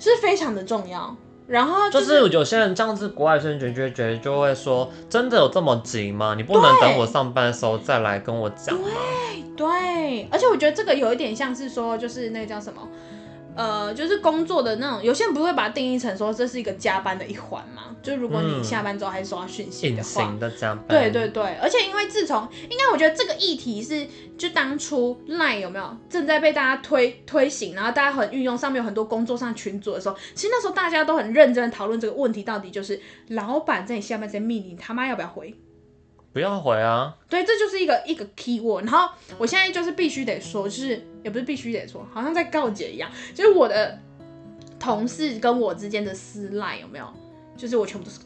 [SPEAKER 2] 是非常的重要。然后、
[SPEAKER 1] 就是是有些人这样子国外生就觉得就会说，真的有这么急吗？你不能等我上班的时候再来跟我讲吗？
[SPEAKER 2] 对，而且我觉得这个有一点像是说，就是那个叫什么，呃，就是工作的那种，有些人不会把它定义成说这是一个加班的一环嘛？就如果你
[SPEAKER 1] 嗯
[SPEAKER 2] 下班之后还收到讯息
[SPEAKER 1] 隐
[SPEAKER 2] 的话，
[SPEAKER 1] 形的加班。
[SPEAKER 2] 对对对，而且因为自从应该，我觉得这个议题是就当初 Line 有没有正在被大家推推行，然后大家很运用上面有很多工作上群组的时候，其实那时候大家都很认真的讨论这个问题，到底就是老板在你下班在命你他妈要不要回？
[SPEAKER 1] 不要回啊！
[SPEAKER 2] 对，这就是一个一个 key word。然后我现在就是必须得说，就是也不是必须得说，好像在告解一样，就是我的同事跟我之间的私赖有没有？就是我全部都是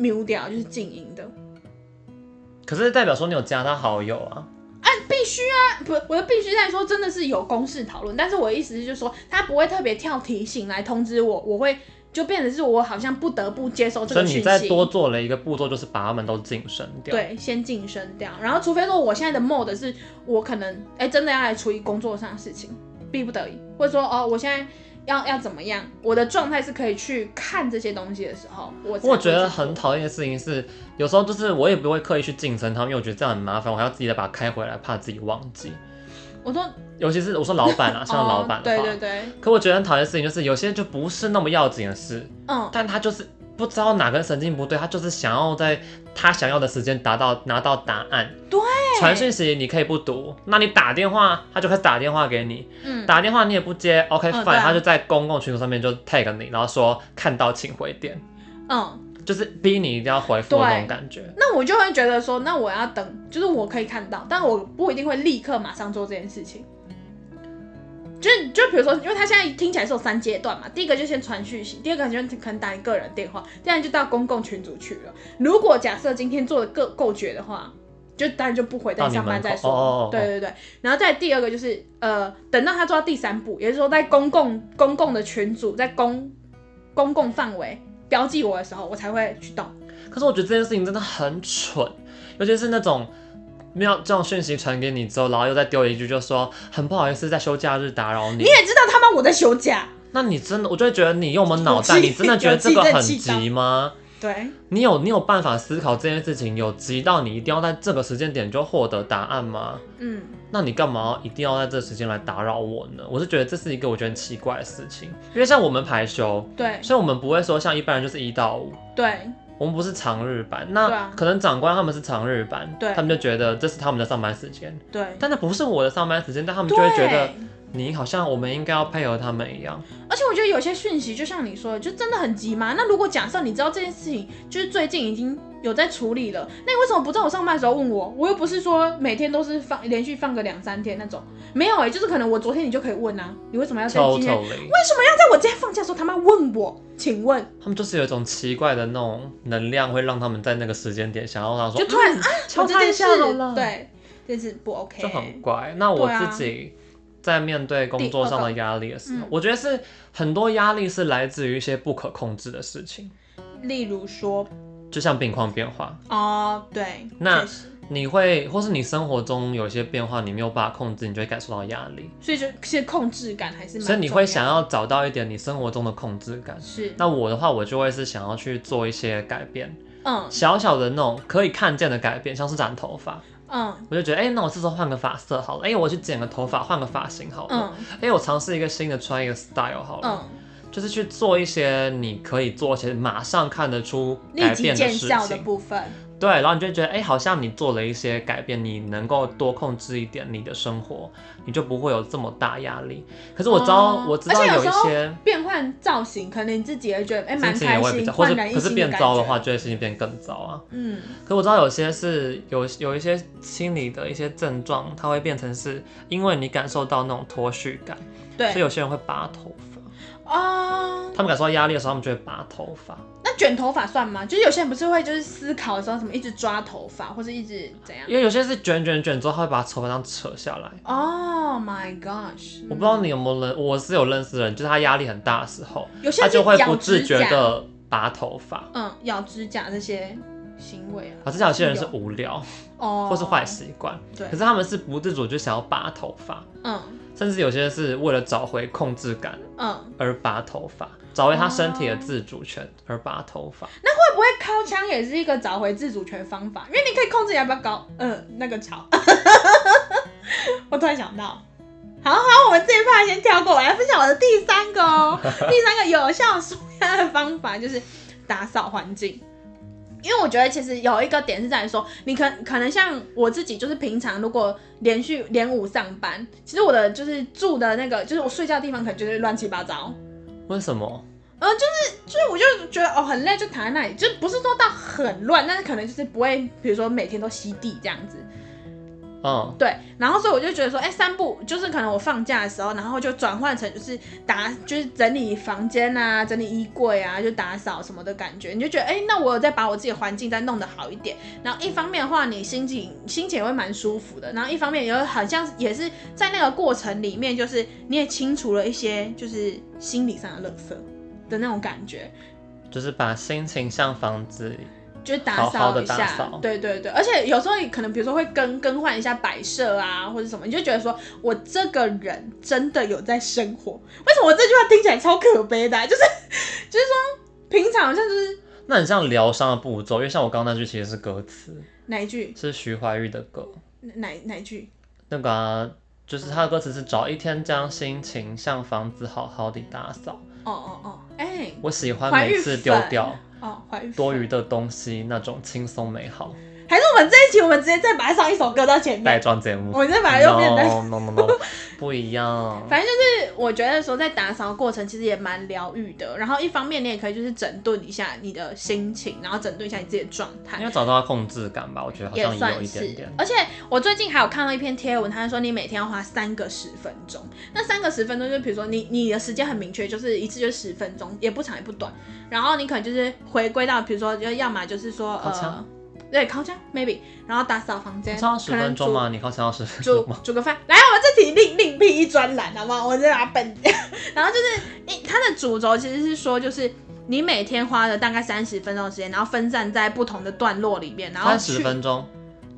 [SPEAKER 2] mute 掉，就是静音的。
[SPEAKER 1] 可是代表说你有加他好友啊，
[SPEAKER 2] 必须啊，不，我的必须在说，真的是有公式讨论，但是我的意思是就是说，他不会特别跳提醒来通知我，我会就变得是我好像不得不接受这
[SPEAKER 1] 所
[SPEAKER 2] 个
[SPEAKER 1] 以
[SPEAKER 2] 讯
[SPEAKER 1] 你
[SPEAKER 2] 息。
[SPEAKER 1] 再多做了一个步骤，就是把他们都晋升掉。，
[SPEAKER 2] 对，先晋升掉，然后除非说我现在的 mode 是我可能哎、真的要来处理工作上的事情，逼不得已，或者说哦我现在要要怎么样，我的状态是可以去看这些东西的时候，我才
[SPEAKER 1] 我
[SPEAKER 2] 会
[SPEAKER 1] 觉得
[SPEAKER 2] 去做
[SPEAKER 1] 很讨厌的事情是，有时候就是我也不会刻意去晋升他们，因为我觉得这样很麻烦，我还要自己再把它开回来，怕自己忘记。
[SPEAKER 2] 我说
[SPEAKER 1] 尤其是我说老板啊，像老板
[SPEAKER 2] 哦，
[SPEAKER 1] 的
[SPEAKER 2] 对
[SPEAKER 1] 话，
[SPEAKER 2] 对对，
[SPEAKER 1] 可我觉得很讨厌的事情就是，有些就不是那么要紧的事，
[SPEAKER 2] 嗯，
[SPEAKER 1] 但他就是不知道哪根神经不对，他就是想要在他想要的时间达到拿到答案。
[SPEAKER 2] 对
[SPEAKER 1] 传讯息你可以不读，那你打电话，他就开始打电话给你，
[SPEAKER 2] 嗯
[SPEAKER 1] 打电话你也不接，OK
[SPEAKER 2] 嗯
[SPEAKER 1] fine，、
[SPEAKER 2] 对啊
[SPEAKER 1] 他就在公共群组上面就 tag 你，然后说看到请回电，
[SPEAKER 2] 嗯。
[SPEAKER 1] 就是逼你一定要回复的那种感觉。
[SPEAKER 2] 那我就会觉得说，那我要等，就是我可以看到，但我不一定会立刻马上做这件事情。就是就比如说，因为他现在听起来是有三阶段嘛，第一个就先传讯息，第二个就可能打你个人电话，第三就到公共群组去了。如果假设今天做的够够绝的话，就当然就不回，
[SPEAKER 1] 到
[SPEAKER 2] 等
[SPEAKER 1] 你
[SPEAKER 2] 上班
[SPEAKER 1] 门口
[SPEAKER 2] 再说。
[SPEAKER 1] 哦哦哦
[SPEAKER 2] 对对对，然后再第二个就是呃，等到他做到第三步，也就是说在公共公共的群组，在公公共范围标记我的时候，我才会去动。
[SPEAKER 1] 可是我觉得这件事情真的很蠢，尤其是那种。没有这种讯息传给你之后，然后又再丢一句，就说很不好意思，在休假日打扰你。
[SPEAKER 2] 你也知道他妈我在休假。
[SPEAKER 1] 那你真的，我就会觉得你用我们脑袋，
[SPEAKER 2] 有气
[SPEAKER 1] 你真的觉得这个很急吗？
[SPEAKER 2] 对，
[SPEAKER 1] 你有你有办法思考这件事情，有急到你一定要在这个时间点就获得答案吗？
[SPEAKER 2] 嗯，
[SPEAKER 1] 那你干嘛一定要在这时间来打扰我呢？我是觉得这是一个我觉得很奇怪的事情，因为像我们排休，
[SPEAKER 2] 对
[SPEAKER 1] 所以我们不会说像一般人就是一到五，
[SPEAKER 2] 对
[SPEAKER 1] 我们不是长日班，
[SPEAKER 2] 对
[SPEAKER 1] 那
[SPEAKER 2] 啊
[SPEAKER 1] 可能长官他们是长日班，
[SPEAKER 2] 对
[SPEAKER 1] 他们就觉得这是他们的上班时间，
[SPEAKER 2] 对，
[SPEAKER 1] 但那不是我的上班时间，但他们就
[SPEAKER 2] 对。
[SPEAKER 1] 会觉得你好像我们应该要配合他们一样。
[SPEAKER 2] 而且我觉得有些讯息，就像你说的，就真的很急嘛。那如果假设你知道这件事情，就是最近已经有在处理了，那你为什么不在我上班的时候问我？我又不是说每天都是放连续放个两三天那种，没有哎、就是可能我昨天你就可以问啊，你为什么要在今天？
[SPEAKER 1] Totally，
[SPEAKER 2] 为什么要在我今天放假的时候他妈问我？请问，
[SPEAKER 1] 他们就是有一种奇怪的那种能量，会让他们在那个时间点想要让他说，
[SPEAKER 2] 就突然、啊，
[SPEAKER 1] 敲
[SPEAKER 2] 我
[SPEAKER 1] 他
[SPEAKER 2] 这
[SPEAKER 1] 一
[SPEAKER 2] 件事
[SPEAKER 1] 下好了，，
[SPEAKER 2] 对，这是不 OK，
[SPEAKER 1] 就很怪。那我
[SPEAKER 2] 对啊
[SPEAKER 1] 自己在面对工作上的压力的时
[SPEAKER 2] 第二
[SPEAKER 1] 候
[SPEAKER 2] 个嗯，
[SPEAKER 1] 我觉得是很多压力是来自于一些不可控制的事情，
[SPEAKER 2] 例如说，
[SPEAKER 1] 就像病况变化，
[SPEAKER 2] 哦，对，
[SPEAKER 1] 那
[SPEAKER 2] 确实
[SPEAKER 1] 你会或是你生活中有一些变化，你没有办法控制，你就会感受到压力，
[SPEAKER 2] 所以就其实控制感还是蛮重要的，
[SPEAKER 1] 所以你会想要找到一点你生活中的控制感。
[SPEAKER 2] 是，
[SPEAKER 1] 那我的话，我就会是想要去做一些改变，
[SPEAKER 2] 嗯
[SPEAKER 1] 小小的那种可以看见的改变，像是染头发。
[SPEAKER 2] 嗯
[SPEAKER 1] 我就觉得，哎、那我这时候换个发色好了，哎、我去剪个头发，换个发型好了，
[SPEAKER 2] 嗯
[SPEAKER 1] 哎、我尝试一个新的，穿一个 style 好了，
[SPEAKER 2] 嗯，
[SPEAKER 1] 就是去做一些你可以做，而且马上看得出
[SPEAKER 2] 立
[SPEAKER 1] 改
[SPEAKER 2] 即
[SPEAKER 1] 变
[SPEAKER 2] 见
[SPEAKER 1] 事
[SPEAKER 2] 效的
[SPEAKER 1] 情，
[SPEAKER 2] 部分，
[SPEAKER 1] 对，然后你就会觉得，哎、好像你做了一些改变，你能够多控制一点你的生活，你就不会有这么大压力。可是我知道，
[SPEAKER 2] 哦
[SPEAKER 1] 我知道
[SPEAKER 2] 而且有
[SPEAKER 1] 一
[SPEAKER 2] 时候
[SPEAKER 1] 些
[SPEAKER 2] 变换造型，可能你自己也觉得哎蛮、
[SPEAKER 1] 心情也
[SPEAKER 2] 开
[SPEAKER 1] 会比
[SPEAKER 2] 心，
[SPEAKER 1] 较，或者
[SPEAKER 2] 焕然一
[SPEAKER 1] 可是
[SPEAKER 2] 新的
[SPEAKER 1] 变
[SPEAKER 2] 感
[SPEAKER 1] 糟的
[SPEAKER 2] 觉。
[SPEAKER 1] 话，就会心情变更糟啊。
[SPEAKER 2] 嗯，
[SPEAKER 1] 可我知道有些是有有一些心理的一些症状，它会变成是因为你感受到那种脱序感，所以
[SPEAKER 2] 对
[SPEAKER 1] 有些人会拔头发。
[SPEAKER 2] 哦，
[SPEAKER 1] 他们感受到压力的时候，他们就会拔头发。
[SPEAKER 2] 那卷头发算吗？就是有些人不是会就是思考的时候，什么一直抓头发，或者一直怎样
[SPEAKER 1] 因？为有些是卷卷卷之后，他会把头发这样扯下来。
[SPEAKER 2] 哦、my gosh！
[SPEAKER 1] 我不知道你有没有认，我是有认识的人，就是他压力很大的时候，
[SPEAKER 2] 嗯有些
[SPEAKER 1] 他
[SPEAKER 2] 人
[SPEAKER 1] 就会
[SPEAKER 2] 咬
[SPEAKER 1] 不
[SPEAKER 2] 指
[SPEAKER 1] 自觉
[SPEAKER 2] 甲，
[SPEAKER 1] 的拔头发。
[SPEAKER 2] 嗯，咬指甲这些行为啊，
[SPEAKER 1] 好，至少有些人是无聊
[SPEAKER 2] 哦，
[SPEAKER 1] 或是坏，习惯，
[SPEAKER 2] 对
[SPEAKER 1] 可是他们是不自主就想要拔头发，
[SPEAKER 2] 嗯
[SPEAKER 1] 甚至有些是为了找回控制感
[SPEAKER 2] 嗯，
[SPEAKER 1] 而拔头发，找回他身体的自主权而拔头发。
[SPEAKER 2] 会不会敲枪也是一个找回自主权方法？因为你可以控制你要不要搞，嗯，那个吵。 *laughs* 我突然想到，好好，我们这一趴先跳过，我来分享我的第三个哦，第三个有效舒压的方法就是打扫环境。因为我觉得其实有一个点是在于说，你可可能像我自己，就是平常如果连续连午上班，其实我的就是住的那个，就是我睡觉的地方可能就是乱七八糟，
[SPEAKER 1] 为什么？
[SPEAKER 2] 呃，就是就是，我就觉得哦很累，就躺在那里，就不是说到很乱，但是可能就是不会，比如说每天都吸地这样子。
[SPEAKER 1] 嗯，
[SPEAKER 2] 对，然后所以我就觉得说，哎、散步就是可能我放假的时候，然后就转换成就是打，就是整理房间啊，整理衣柜啊，就打扫什么的感觉，你就觉得，哎、那我有再把我自己的环境再弄得好一点。然后一方面的话，你心情心情也会蛮舒服的，然后一方面也会好像也是在那个过程里面，就是你也清除了一些就是心理上的垃圾的那种感觉。
[SPEAKER 1] 就是把心情像房子里
[SPEAKER 2] 就是打
[SPEAKER 1] 好好
[SPEAKER 2] 扫
[SPEAKER 1] 地
[SPEAKER 2] 一下，
[SPEAKER 1] 打扫
[SPEAKER 2] 对对对，而且有时候可能比如说会更更换一下摆设啊，或者什么，你就觉得说我这个人真的有在生活。为什么我这句话听起来超可悲的啊、 *laughs* 就是就是说平常好像就是
[SPEAKER 1] 那很像疗伤的步骤，因为像我刚刚那句其实是歌词，
[SPEAKER 2] 哪一句
[SPEAKER 1] 是徐怀钰的歌，
[SPEAKER 2] 哪哪一句
[SPEAKER 1] 那个、啊、就是他的歌词是找一天将心情像房子好好地打扫。
[SPEAKER 2] 哦哦哦，哎、
[SPEAKER 1] 我喜欢
[SPEAKER 2] 怀
[SPEAKER 1] 每
[SPEAKER 2] 玉
[SPEAKER 1] 次
[SPEAKER 2] 粉
[SPEAKER 1] 丢掉
[SPEAKER 2] 哦，怀孕
[SPEAKER 1] 多余的东西，那种轻松美好。
[SPEAKER 2] 还是我们这一集我们直接再把它上一首歌到前
[SPEAKER 1] 带
[SPEAKER 2] 面，
[SPEAKER 1] 妆节目，
[SPEAKER 2] 我们再把它又变成
[SPEAKER 1] no no no
[SPEAKER 2] *laughs*
[SPEAKER 1] no，不一样。
[SPEAKER 2] 反正就是我觉得说，在打扫过程其实也蛮疗愈的。然后一方面你也可以就是整顿一下你的心情，然后整顿一下你自己的状态
[SPEAKER 1] 因。为找到控制感吧，我觉得好
[SPEAKER 2] 也
[SPEAKER 1] 像也有
[SPEAKER 2] 算
[SPEAKER 1] 一
[SPEAKER 2] 是
[SPEAKER 1] 点点。
[SPEAKER 2] 而且我最近还有看到一篇贴文，他说你每天要花三个十分钟。那三个十分钟就比如说你你的时间很明确，就是一次就十分钟，也不长也不短。然后你可能就是回归到，比如说就要么就是说
[SPEAKER 1] 烤
[SPEAKER 2] 呃
[SPEAKER 1] 箱，
[SPEAKER 2] 对，烤箱 maybe，然后打扫房间，
[SPEAKER 1] 这样十
[SPEAKER 2] 可能
[SPEAKER 1] 分钟
[SPEAKER 2] 煮
[SPEAKER 1] 吗？你靠想要十分
[SPEAKER 2] 煮
[SPEAKER 1] 钟吗？
[SPEAKER 2] 煮个饭。来，我们这题另另辟一专栏，好不好？我这把本，然后就是一它的主轴其实是说，就是你每天花了大概三十分钟的时间，然后分散在不同的段落里面，然后
[SPEAKER 1] 三
[SPEAKER 2] 去
[SPEAKER 1] 十分钟，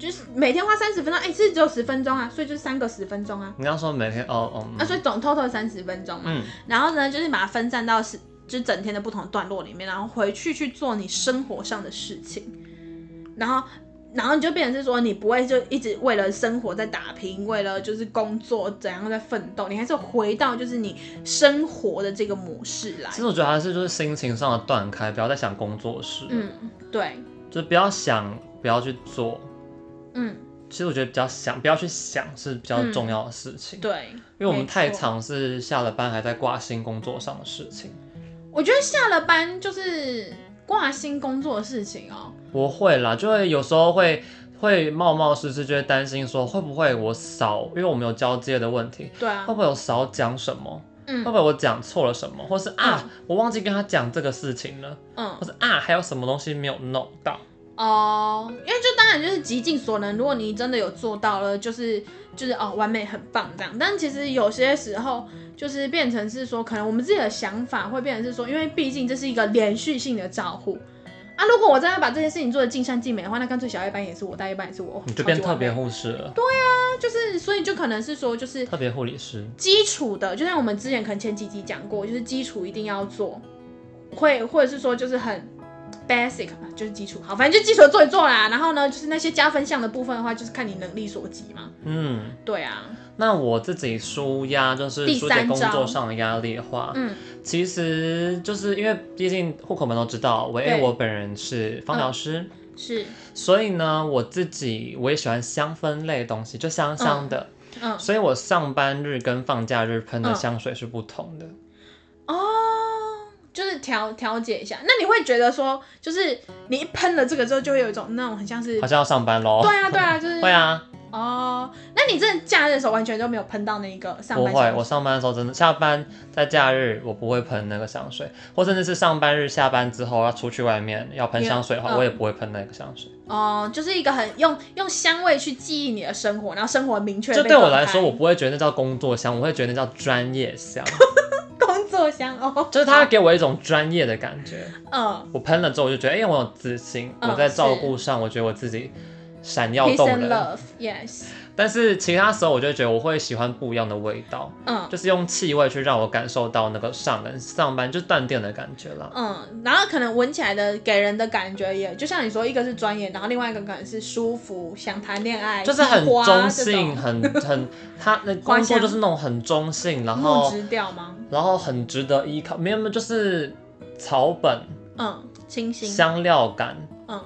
[SPEAKER 2] 就是每天花三十分钟，哎、其实只有十分钟啊，所以就是三个十分钟啊，
[SPEAKER 1] 你刚说每天哦哦，
[SPEAKER 2] 啊，所以总 total 三十分钟嘛。
[SPEAKER 1] 嗯，
[SPEAKER 2] 然后呢，就是把它分散到是就是整天的不同段落里面，然后回去去做你生活上的事情，然后。然后你就变成是说，你不会就一直为了生活在打拼，为了就是工作怎样在奋斗，你还是回到就是你生活的这个模式来
[SPEAKER 1] 其。实我觉得还是就是心情上的断开，不要再想工作室，
[SPEAKER 2] 嗯，对，
[SPEAKER 1] 就是不要想，不要去做。
[SPEAKER 2] 嗯，
[SPEAKER 1] 其实我觉得比较想，不要去想是比较
[SPEAKER 2] 嗯
[SPEAKER 1] 重要的事情，
[SPEAKER 2] 对。
[SPEAKER 1] 因为我们
[SPEAKER 2] 没错
[SPEAKER 1] 太常是下了班还在挂心工作上的事情。
[SPEAKER 2] 我觉得下了班就是挂心工作的事情哦、
[SPEAKER 1] 我会啦，就会有时候会会冒冒失失，就会担心说会不会我少，因为我们有交接的问题，
[SPEAKER 2] 对啊
[SPEAKER 1] 会，不会有少讲什么？
[SPEAKER 2] 嗯
[SPEAKER 1] 会不会我讲错了什么，或是啊、我忘记跟他讲这个事情了，
[SPEAKER 2] 嗯
[SPEAKER 1] 或是啊还有什么东西没有弄到？
[SPEAKER 2] 哦，因为就当然就是极尽所能，如果你真的有做到了，就是就是哦完美很棒这样。但其实有些时候就是呃变成是说，可能我们自己的想法会变成是说，因为毕竟这是一个连续性的照顾啊。如果我真的把这件事情做的尽善尽美的话，那干脆小夜班也是我，大夜班也是我，
[SPEAKER 1] 你就变
[SPEAKER 2] 超级完
[SPEAKER 1] 特
[SPEAKER 2] 美
[SPEAKER 1] 别护士了，
[SPEAKER 2] 那就是所以就可能是说就是
[SPEAKER 1] 特别护理师。
[SPEAKER 2] 基础的，就像我们之前可能前几集讲过，就是基础一定要做，会或者是说就是很 basic 吧，就是基础。好，反正就基础的做一做啦。然后呢，就是那些加分项的部分的话，就是看你能力所及嘛。
[SPEAKER 1] 嗯，
[SPEAKER 2] 对啊，
[SPEAKER 1] 那我自己舒压就是
[SPEAKER 2] 第
[SPEAKER 1] 疏解
[SPEAKER 2] 三
[SPEAKER 1] 工
[SPEAKER 2] 招
[SPEAKER 1] 作上的压力的话，
[SPEAKER 2] 嗯
[SPEAKER 1] 其实就是因为毕竟户口们都知道，我因为
[SPEAKER 2] 对嗯
[SPEAKER 1] 我本人是芳疗师。
[SPEAKER 2] 是，
[SPEAKER 1] 所以呢，我自己我也喜欢香氛类的东西，就香香的。
[SPEAKER 2] 嗯
[SPEAKER 1] 所以我上班日跟放假日喷的
[SPEAKER 2] 嗯
[SPEAKER 1] 香水是不同的。
[SPEAKER 2] 哦，就是调调节一下。那你会觉得说，就是你一喷了这个之后，就会有一种那种很像是
[SPEAKER 1] 好，像要上班喽。
[SPEAKER 2] 对啊对啊，就是
[SPEAKER 1] 会啊，
[SPEAKER 2] 哦。那你真的假日的时候完全都没有喷到那一个上
[SPEAKER 1] 我
[SPEAKER 2] 班
[SPEAKER 1] 会。
[SPEAKER 2] 香
[SPEAKER 1] 我上班的时候真的，下班在假日我不会喷那个香水，或甚至是上班日下班之后要出去外面要喷
[SPEAKER 2] 也
[SPEAKER 1] 香水的话，
[SPEAKER 2] 嗯
[SPEAKER 1] 我也不会喷那个香水。
[SPEAKER 2] 哦，就是一个很用用香味去记忆你的生活，然后生活明确。
[SPEAKER 1] 就对我来说，我不会觉得那叫工作香，我会觉得那叫专业香。
[SPEAKER 2] 工作香哦。
[SPEAKER 1] *laughs* 就是它给我一种专业的感觉。
[SPEAKER 2] 嗯，
[SPEAKER 1] 我喷了之后，我就觉得，哎、我有自信，
[SPEAKER 2] 嗯
[SPEAKER 1] 我在照顾上，我觉得我自己闪耀
[SPEAKER 2] peace
[SPEAKER 1] 动
[SPEAKER 2] and
[SPEAKER 1] 人。
[SPEAKER 2] love，yes，
[SPEAKER 1] 但是其他时候，我就觉得我会喜欢不一样的味道，
[SPEAKER 2] 嗯
[SPEAKER 1] 就是用气味去让我感受到那个上人上班就断电的感觉啦。
[SPEAKER 2] 嗯，然后可能闻起来的给人的感觉也就像你说，一个是专业，然后另外一个可能是舒服，想谈恋爱，
[SPEAKER 1] 就是很
[SPEAKER 2] 哎花
[SPEAKER 1] 中
[SPEAKER 2] 这
[SPEAKER 1] 性，
[SPEAKER 2] 种
[SPEAKER 1] 很很，他那
[SPEAKER 2] 花
[SPEAKER 1] 工作
[SPEAKER 2] 香
[SPEAKER 1] 就是那种很中性，然
[SPEAKER 2] 木
[SPEAKER 1] 后
[SPEAKER 2] 质调吗？
[SPEAKER 1] 然后很值得依靠，没有没有，就是草本
[SPEAKER 2] 嗯，清新，
[SPEAKER 1] 香料感，
[SPEAKER 2] 嗯，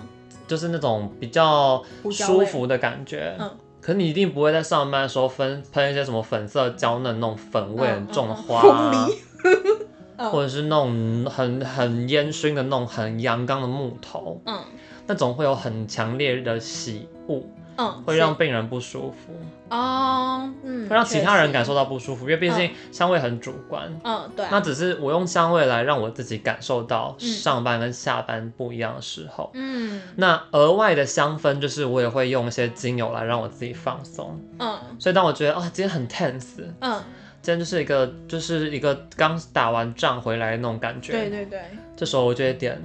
[SPEAKER 1] 就是那种比较
[SPEAKER 2] 胡椒
[SPEAKER 1] 舒
[SPEAKER 2] 味
[SPEAKER 1] 服的感觉。
[SPEAKER 2] 嗯
[SPEAKER 1] 可是你一定不会在上班的时候分喷一些什么粉色娇嫩那种粉味
[SPEAKER 2] 嗯
[SPEAKER 1] 很重的
[SPEAKER 2] 嗯嗯
[SPEAKER 1] 花、
[SPEAKER 2] 凤
[SPEAKER 1] 啊
[SPEAKER 2] 梨， *laughs* 嗯
[SPEAKER 1] 或者是那种很很烟熏的那种很阳刚的木头，
[SPEAKER 2] 嗯
[SPEAKER 1] 那种会有很强烈的喜恶，
[SPEAKER 2] 嗯，
[SPEAKER 1] 会
[SPEAKER 2] 是嗯
[SPEAKER 1] 让病人不舒服，
[SPEAKER 2] 哦，嗯，
[SPEAKER 1] 会让其他人感
[SPEAKER 2] 受，
[SPEAKER 1] 受到不舒服，因为毕竟香味很主观。
[SPEAKER 2] 嗯，对啊，
[SPEAKER 1] 那只是我用香味来让我自己感受到
[SPEAKER 2] 嗯
[SPEAKER 1] 上班跟下班不一样的时候。
[SPEAKER 2] 嗯
[SPEAKER 1] 那额外的香氛就是我也会用一些精油来让我自己放松。
[SPEAKER 2] 嗯
[SPEAKER 1] 所以当我觉得啊、今天很 tense，
[SPEAKER 2] 嗯，
[SPEAKER 1] 今天就是一个就是一个刚打完仗回来的那种感觉，
[SPEAKER 2] 对对对，
[SPEAKER 1] 这时候我就会点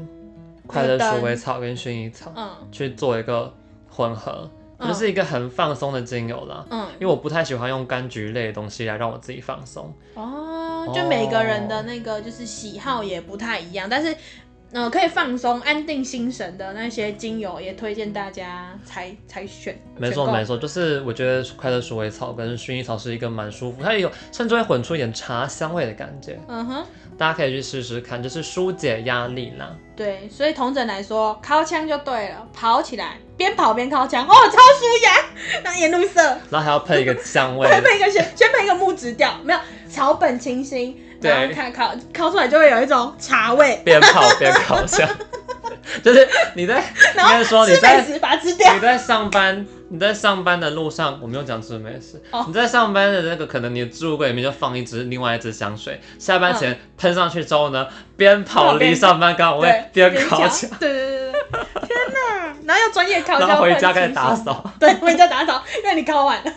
[SPEAKER 1] 快乐鼠尾草跟薰衣草
[SPEAKER 2] 嗯
[SPEAKER 1] 去做一个混合，
[SPEAKER 2] 嗯
[SPEAKER 1] 就是一个很放松的精油啦。因
[SPEAKER 2] 嗯，
[SPEAKER 1] 为我不太喜欢用柑橘类的东西来让我自己放松，
[SPEAKER 2] 哦，就每个人的那个就是喜好也不太一样，但是。呃，可以放松、安定心神的那些精油，也推荐大家采采选。
[SPEAKER 1] 没
[SPEAKER 2] 选
[SPEAKER 1] 错
[SPEAKER 2] 购
[SPEAKER 1] 没错，就是我觉得快乐鼠尾草跟薰衣草是一个蛮舒服，它也有甚至会混出一点茶香味的感觉，
[SPEAKER 2] 嗯哼，
[SPEAKER 1] 大家可以去试试看，就是疏解压力啦。
[SPEAKER 2] 对，所以同整来说，靠枪就对了，跑起来，边跑边靠枪，哦，超舒压，那眼路色，
[SPEAKER 1] 然后还要配一个香味， *laughs*
[SPEAKER 2] 先配一个先先配一个木质调，没有草本清新，
[SPEAKER 1] 对
[SPEAKER 2] 然后看烤烤出来就会有一种茶味，
[SPEAKER 1] 边跑边烤箱，就是你在应
[SPEAKER 2] 然后
[SPEAKER 1] 该说你
[SPEAKER 2] 吃
[SPEAKER 1] 在
[SPEAKER 2] 美食把它吃掉
[SPEAKER 1] 你。在上班，你在上班的路上，我没有讲吃美食。
[SPEAKER 2] 哦
[SPEAKER 1] 你在上班的那个，可能你的置物柜里面就放一支另外一支香水，下班
[SPEAKER 2] 嗯
[SPEAKER 1] 前喷上去之后呢，边跑离上班岗位
[SPEAKER 2] 对，
[SPEAKER 1] 边烤起来，
[SPEAKER 2] 对对对对，对天
[SPEAKER 1] *laughs*
[SPEAKER 2] 哪！然后要专业烤
[SPEAKER 1] 然后
[SPEAKER 2] 箱，
[SPEAKER 1] 回家开始打，扫，
[SPEAKER 2] 对，回家打扫，因为你烤完了，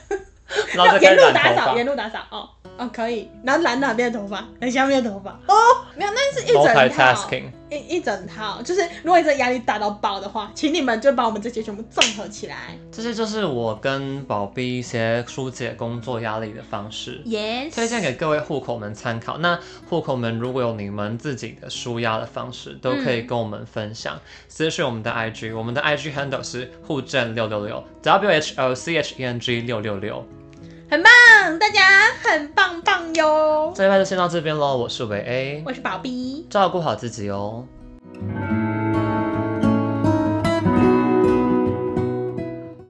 [SPEAKER 1] 然后再开
[SPEAKER 2] *laughs*
[SPEAKER 1] 始
[SPEAKER 2] 沿路
[SPEAKER 1] 染
[SPEAKER 2] 打
[SPEAKER 1] 头
[SPEAKER 2] 扫，
[SPEAKER 1] 发
[SPEAKER 2] 沿。路打扫哦。哦，可以，然后染哪边的头发，染下面的头发哦，没有，那是一整套，
[SPEAKER 1] Multitasking，
[SPEAKER 2] 一一整套，就是如果你真的压力大到爆的话，请你们就把我们这些全部综合起来
[SPEAKER 1] 这些就是我跟宝碧一些疏解工作压力的方式。
[SPEAKER 2] ，yes，
[SPEAKER 1] 推荐给各位户口们参考。那户口们如果有你们自己的舒压的方式，都可以跟我们分享。私讯我们的 IG，我们的 IG handle 是户政六六六 W H O C H E N G 六六六。
[SPEAKER 2] 很棒，嗯大家很棒棒哟！
[SPEAKER 1] 这一拜就先到这边喽，我是维 A，
[SPEAKER 2] 我是宝碧，
[SPEAKER 1] 照顾好自己哦，